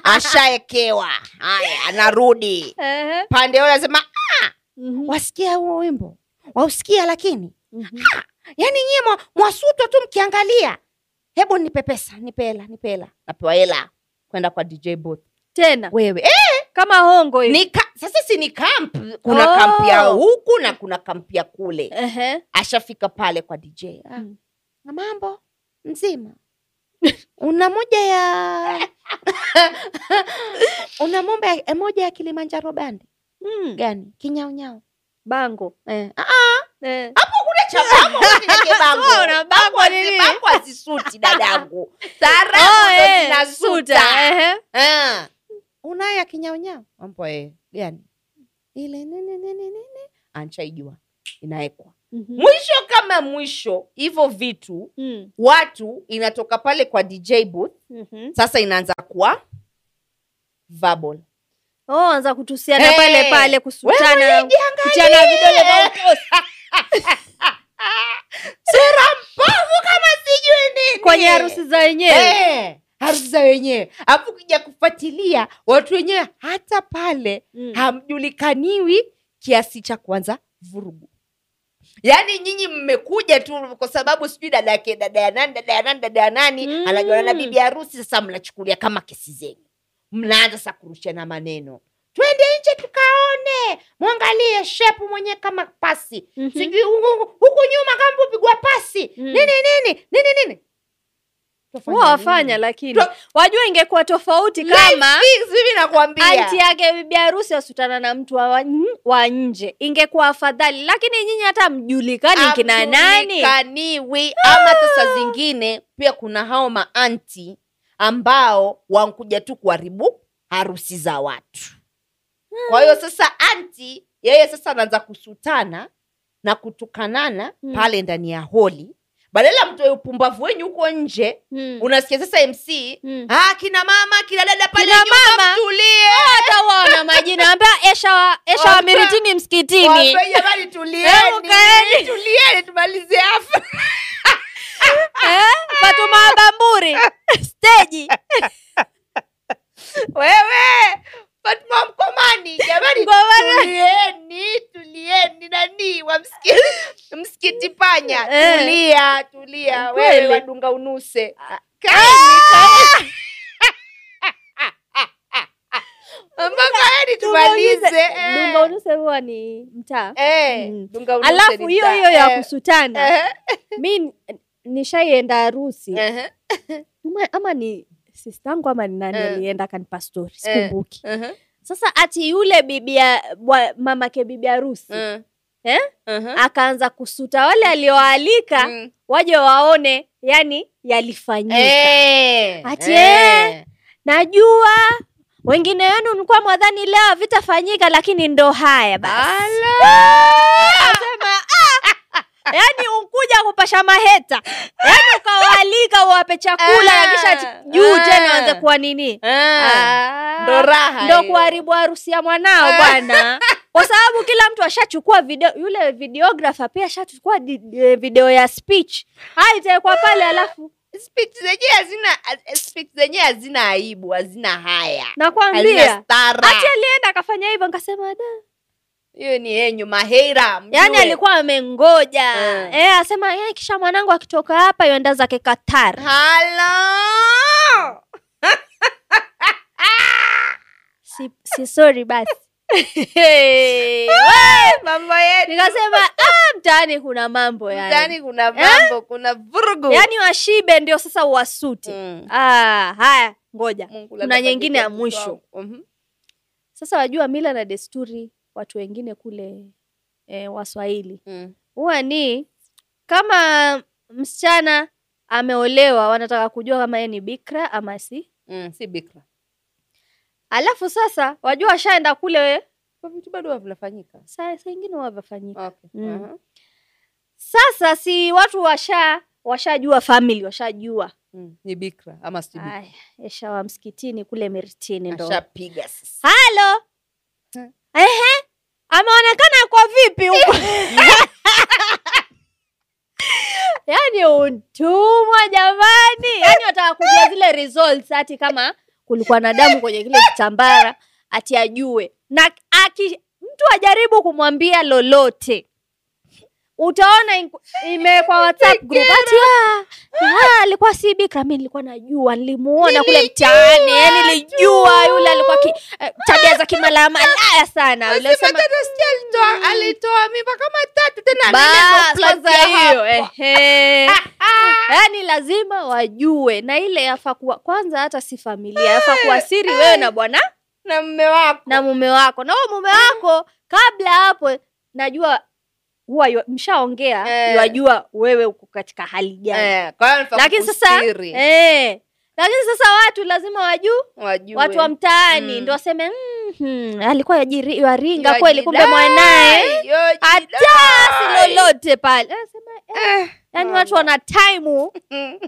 ashaekewa haya anarudi
Ehe.
pande huyo anasema ah,
Mhm.
wasikia huo wimbo wausikia lakini
Mhm.
ha, yani Yaani nyie mwa- mwasutwa tu mkiangalia hebu nipe pesa nipe hela nipe hela napewa hela kwenda kwa dj booth
tena
wewe eh,
kama hongo hivi.
ni ka, sasa si ni kamp kuna
Oh.
kamp ya huku na kuna kamp ya kule
Ehe.
ashafika pale kwa dj ah,
Mm.
na mambo mzima una moja ya una mombe ya- moja ya kilimanjaro bandi
Mm.
gani kinyaunyau
bango
eh.
Eh.
kule cha bango kwenye bango.
Wewe una bango
Bango hazi-
nini?
bango hazisuti dadangu
Oh,
sarafu ndo
eh, suta,
zinasuta
ehe.
Eh. unayo ya kinyaunyau mambo eh, gani ile nini nini nini anchaijua inawekwa
Mhm.
mwisho kama mwisho hivyo vitu
Mm.
watu inatoka pale kwa dj booth
Mhm.
sasa inaanza kuwa verbal
Oh, anza kutusiana
Eh.
pale pale
Wewe
kusutana
unajiangalia.
kuchana vidole vya utosi
sura mbovu kama sijui nini
kwenye harusi za wenyewe
Eh, harusi za wenyewe alafu ukija kufuatilia watu wenyewe hata pale
Mm.
hamjulikaniwi kiasi cha kwanza vurugu yaani nyinyi mmekuja tu kwa sababu sijui dada yake dada ya nani dada ya nani dada ya nani
Mm.
mm. anajuana na bibi harusi sasa mnachukulia kama kesi zenu mnaanza sa kurushana maneno twende nje tukaone mwangalie shepu mwenyewe kama pasi
Mhm.
sijui huku huku nyuma kama upigwa pasi
Mm.
nini nini nini nini Twafanya
huwa
nini?
wafanya lakini
Twa-
wajua ingekuwa tofauti
Life
kama
skills, mimi nakwambia
anti yake bibi harusi asutana na mtu wa, wa- n- wa nje ingekuwa afadhali lakini nyinyi hata mjulikani Yaani kina nani Ah!
Hajulikaniwi. ama hata saa zingine pia kuna hao maanti ambao wankuja tu kuharibu harusi za watu kwa
Hmm.
hiyo sasa anti yeye sasa anaanza kusutana na kutukanana
Mm.
pale ndani ya holi badala mtoe upumbavu wenyu huko nje
Mm,
unasikia sasa mc
mm.
ah, kina mama kina dada pale
Kina
nyuma
mama.
mtulie
hata wao wana majina ambia esha wa, esha wa miritini msikitini
Waambie, jamani tulieni
Hebu kaeni.
tulieni tumalize afa
Eh, fatuma bamburi steji
wewe Fatuma mkomani jamani
Mkomani.
tulieni tulieni nani wa msikiti msikiti panya
Eh.
tulia tulia wewe
Kweli. Ah.
wadunga unuse Eh, kaeni tumalize eh.
dungaunusehua ni mtaa
Eh,
Mm.
dunga unuse
alafu
ni
hiyo
mtaa.
hiyo ya
Eh,
kusutana
eh,
mi n- nishaienda harusi
eh,
Ama- ama ni sistangu ama ni nani
Eh.
alienda kanipa stori
Eh.
sikumbuki
eh,
sasa ati yule bibi ya- bwa- mamake bibi harusi
eh.
Eh?
Eh,
akaanza kusuta wale alioalika
mm.
waje waone yani yalifanyika
Eh,
Ati,
eh.
najua wengine wenu nilikuwa mwadhani leo havitafanyika lakini ndo haya basi Sema, "Ah!" yaani ukuja kupasha maheta yaani ukawaalika uwape chakula
Ah,
na kisha ati- juu
ah.
tena anze kuwa nini
Ah,
Ah,
ndo raha
ndo
hiyo.
kuharibu harusi ya mwanao
Ah.
bwana kwa sababu kila mtu ashachukua video yule videographer pia ashachukua di- eh, video ya speech haya itawekwa pale alafu
Speech zenyewe hazina speech zenyewe hazina aibu hazina haya hazina
nakwambia
stara
hati alienda akafanya hivyo nikasema da
hiyo ni yenyu mahera mjue.
yaani alikuwa amengoja
Mm.
eh, asema "Eh, kisha mwanangu akitoka hapa yuenda zake
Ah.
Qatar
Hello!
si, si sorry basi
Eh, mambo yetu
nikasema ah, mtaani kuna mambo yani,
ndani kuna mambo
Eh?
kuna vurugu
yani washibe ndio sasa uwasuti
Mm.
ah, haya ngoja
Mungu
kuna
labda
nyingine ya
kwa kitu
mwisho.
wangu. Mhm.
sasa wajua mila na desturi watu wengine kule e, waswahili
Mm.
huwa ni kama msichana ameolewa wanataka kujua kama yeye ni bikra ama si
Mm, si bikra
alafu sasa wajua washaenda kule we
kwa vitu bado vinafanyika
saa saa ingine wavafanyika
okay.
Mm.
Aha.
sasa si watu washa washajua famili washajua
Mm. ni bikra ama si bikra
Aya, esha wa msikitini kule meritini ndo
ashapiga sasa
halo
Hmm.
ehe ameonekana kwa vipi huko yaani utumwa jamani yaani wataka kujua zile results hati kama kulikuwa na damu kwenye kile kitambara ati ajue na aki, mtu ajaribu kumwambia lolote utaona in- imewekwa whatsapp group ati "Ah, ah, alikuwa si bikra mi nilikuwa najua nilimuona kule mtaani eh, nilijua yule alikuwa ki, eh, tabia za kimalamalaya sana Yule
Lazima
sema-
tena sijui alitoa-
Mm.
alitoa mimba kama tatu tena anaenda
Bas,
kuplug
kwanza
ya
hiyo
hapo. Ah,
ehe. yaani lazima wajue na ile yafaa kuwa kwanza hata si familia yafaa
Eh,
kuwa siri wewe na bwana
na mme wako
na mume wako na huyo mume wako kabla hapo najua huwa yu- mshaongea
Eh.
iwajua wewe uko katika hali gani
Eh, kwa hiyo nilifaa
Lakini sasa-
kukusiri,
Eh, lakini sasa watu lazima wajuu
wajue.
watu wa mtaani
Mm.
ndo waseme "Mhm, alikuwa yajiri- waringa
Yajidai,
kweli kumbe mwanaye
yajidai.
hatasi lolote pale Eh, sema,
Eh,
yani watu wana taimu
mm.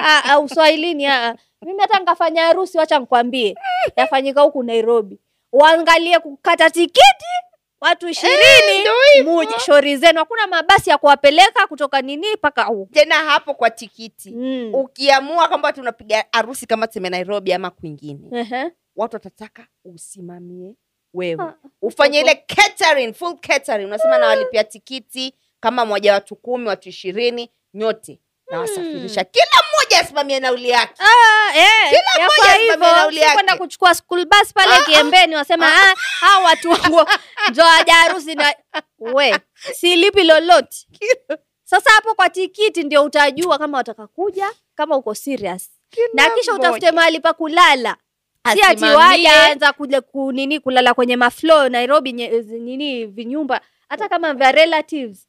Ah, ah, uswahilini ah, ah. mimi hata nkafanya harusi wacha nkwambie yafanyika huku nairobi waangalie kukata tikiti watu ishirini
Ndio
muje shori zenu hakuna mabasi ya kuwapeleka kutoka nini mpaka huku
tena hapo kwa tikiti
Mm.
ukiamua kwamba tunapiga harusi kama tuseme nairobi ama kwingine
Ehe.
watu watataka usimamie wewe
Ah,
ufanye
uko-
ile catering full catering unasema nawalipia tikiti kama moja watu kumi watu ishirini nyote nawasafirisha kila mmoja asimamie nauli yake
Hmm. Ah, eh,
Kila
yafaa
mmoja
hivyo.
asimamie nauli
Si kwenda
yake. ah.
kuchukua school bus pale kiembeni wasema ah, hawa watu wangu njo waja harusi na we silipi lolote sasa hapo kwa tikiti ndio utajua kama wataka kuja kama uko serious na kisha utafute mahali pa kulala si ati
Asimamie.
waja anza kuja kunini kulala kwenye maflo nairobi nye, zi- nini vinyumba hata kama vya relatives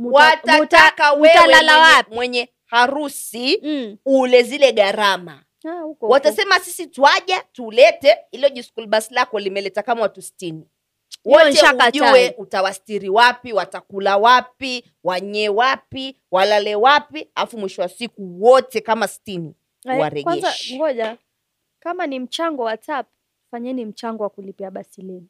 Muta-
watataka
muta-
wewe
mutalala
mwenye,
wapi?
mwenye harusi
Mm.
ule zile gharama
Ah, huko, huko.
watasema sisi twaja tulete ilo jiskul basi lako limeleta kama watu stini
Hiyo
wote
nishakataa.
ujue utawastiri wapi watakula wapi wanye wapi walale wapi afu mwisho wa siku wote kama stini
Eh, Kwanza
warejeshi.
ngoja, kama ni mchango wa TAP fanyeni mchango wa kulipia basi lenu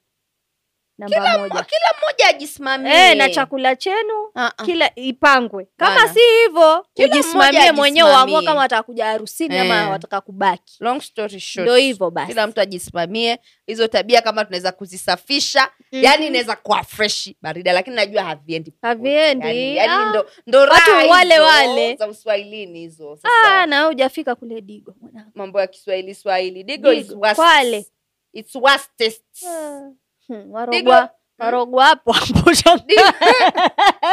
namba moja
kila mmoja ajisimamie
Eh, na chakula chenu
Ah, ah.
kila ipangwe kama
Bana.
si hivyo
Kila
ujisimamie
mmoja
mwenyewe uamua
ajisimamie.
kama wataka kuja harusini ama
Eh.
wataka kubaki
Long story short,
ndo hivyo basi
kila mtu ajisimamie hizo tabia kama tunaweza kuzisafisha
Mhm.
yani inaweza kuwa freshi barida lakini najua haviendi popote.
Haviendi.
yani, yani
Ah.
ndo, ndo
Watu
raha
wale
hizo
wale.
za uswahilini hizo sasa
Ah, na wewe hujafika kule digo mwanangu.
mambo ya kiswahili swahili digo, is
Digo,
worst.
Kwale.
It's worstest.
Ah. Hmm,
Digo.
warogwa warogwa hapo hapo shamba. Eh?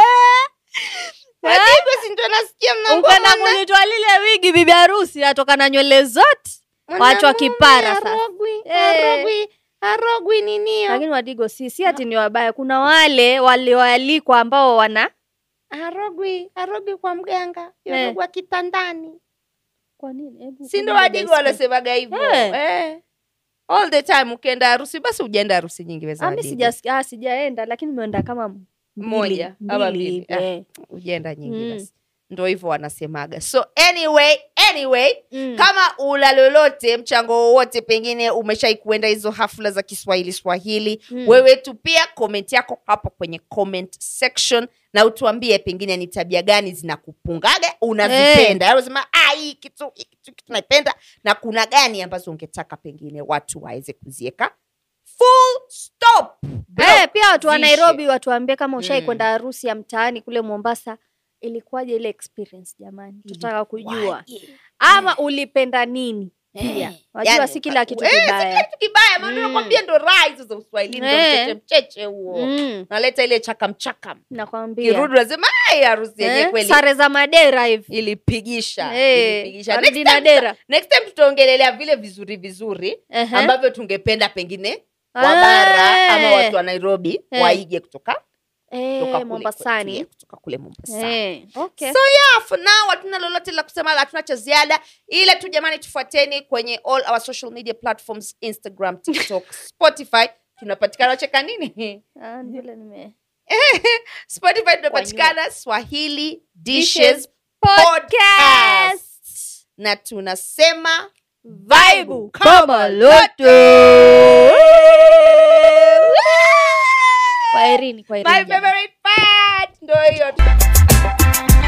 Madigo si ndio nasikia mnaambia
ukenda
mwana-
kulitwa lile wigi bibi harusi atoka na nywele zote wachwa
mwanamume
kipara sasa.
harogwi,
Eh.
harogwi, harogwi ninio
lakini wadigo si si ati ni wabaya kuna wale walioalikwa ambao wana
harogwi harogwi kwa mganga
Eh.
yorogwa kitandani
kwa nini Hebu-
si ndo
hebu
wadigo
ngoja isikie.
wanasemaga hivyo
Eh.
Eh. all the time ukienda harusi basi ujaenda harusi nyingi weza
Ah, mi
wadigo.
sijasikia- ah, sijaenda lakini nimeenda kama mbili-
Moja, ama mbili,
hivi, eh.
ujaenda nyingi
Mm.
basi ndo hivyo wanasemaga so anyway anyway
Mm.
kama una lolote mchango wowote pengine umeshai kuenda hizo hafla za kiswahili swahili
Mm.
wewe tupia comment yako hapo kwenye comment section na utuambie pengine ni tabia gani zinakupungaga
Eh.
unazipenda hey. sema ah, hii kitu hii kitu kitu naipenda na kuna gani ambazo ungetaka pengine watu waweze kuzieka full stop Block.
eh, pia watu wa
ziishe.
nairobi watuambie kama ushai
Mm.
kwenda harusi ya mtaani kule mombasa ilikuwaje ile experience jamani tutaka kujua
Waje.
ama ulipenda nini pia
Eh,
wajua
yani,
si kila kitu
eh, si kila
kibaya
kitu kibaya maana
Mm.
nakwambia ndo raha hizo za uswahili ndo
Eh.
mcheche mcheche huo
Mm,
naleta ile chakamchakam
nakwambia
kirudi unasema "Ai, harusi yenyewe
Eh,
kweli
sare za madera hivi
ilipigisha
Eh,
ilipigisha.
waridi
Next time
madera.
tuta- next time tutaongelelea vile vizuri vizuri
Ehe.
ambavyo tungependa pengine
Eh. Uh-huh. Ah.
wabara ama watu wa nairobi
Eh.
waige kutoka kutoka
Eh,
kule
mombasani
kwetu, kutoka kule mombasani
Eh, okay.
so yeah for now hatuna lolote la kusema hatuna cha ziada ila tu jamani tufuateni kwenye all our social media platforms instagram tiktok spotify tunapatikana wacheka nini
Ah, vile nime-
spotify tunapatikana swahili dishes podcast na tunasema
Vaibu
kama
lote. Kwaherini, kwaherini
my
jamani.
favorite part ndo hiyo